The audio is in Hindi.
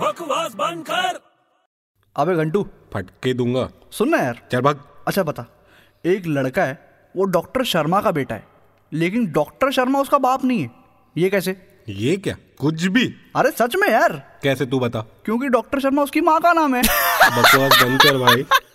बकवास बंद कर अबे घंटू फटके दूंगा सुनना यार चल भाग अच्छा बता एक लड़का है वो डॉक्टर शर्मा का बेटा है लेकिन डॉक्टर शर्मा उसका बाप नहीं है ये कैसे ये क्या कुछ भी अरे सच में यार कैसे तू बता क्योंकि डॉक्टर शर्मा उसकी माँ का नाम है बकवास बंद कर भाई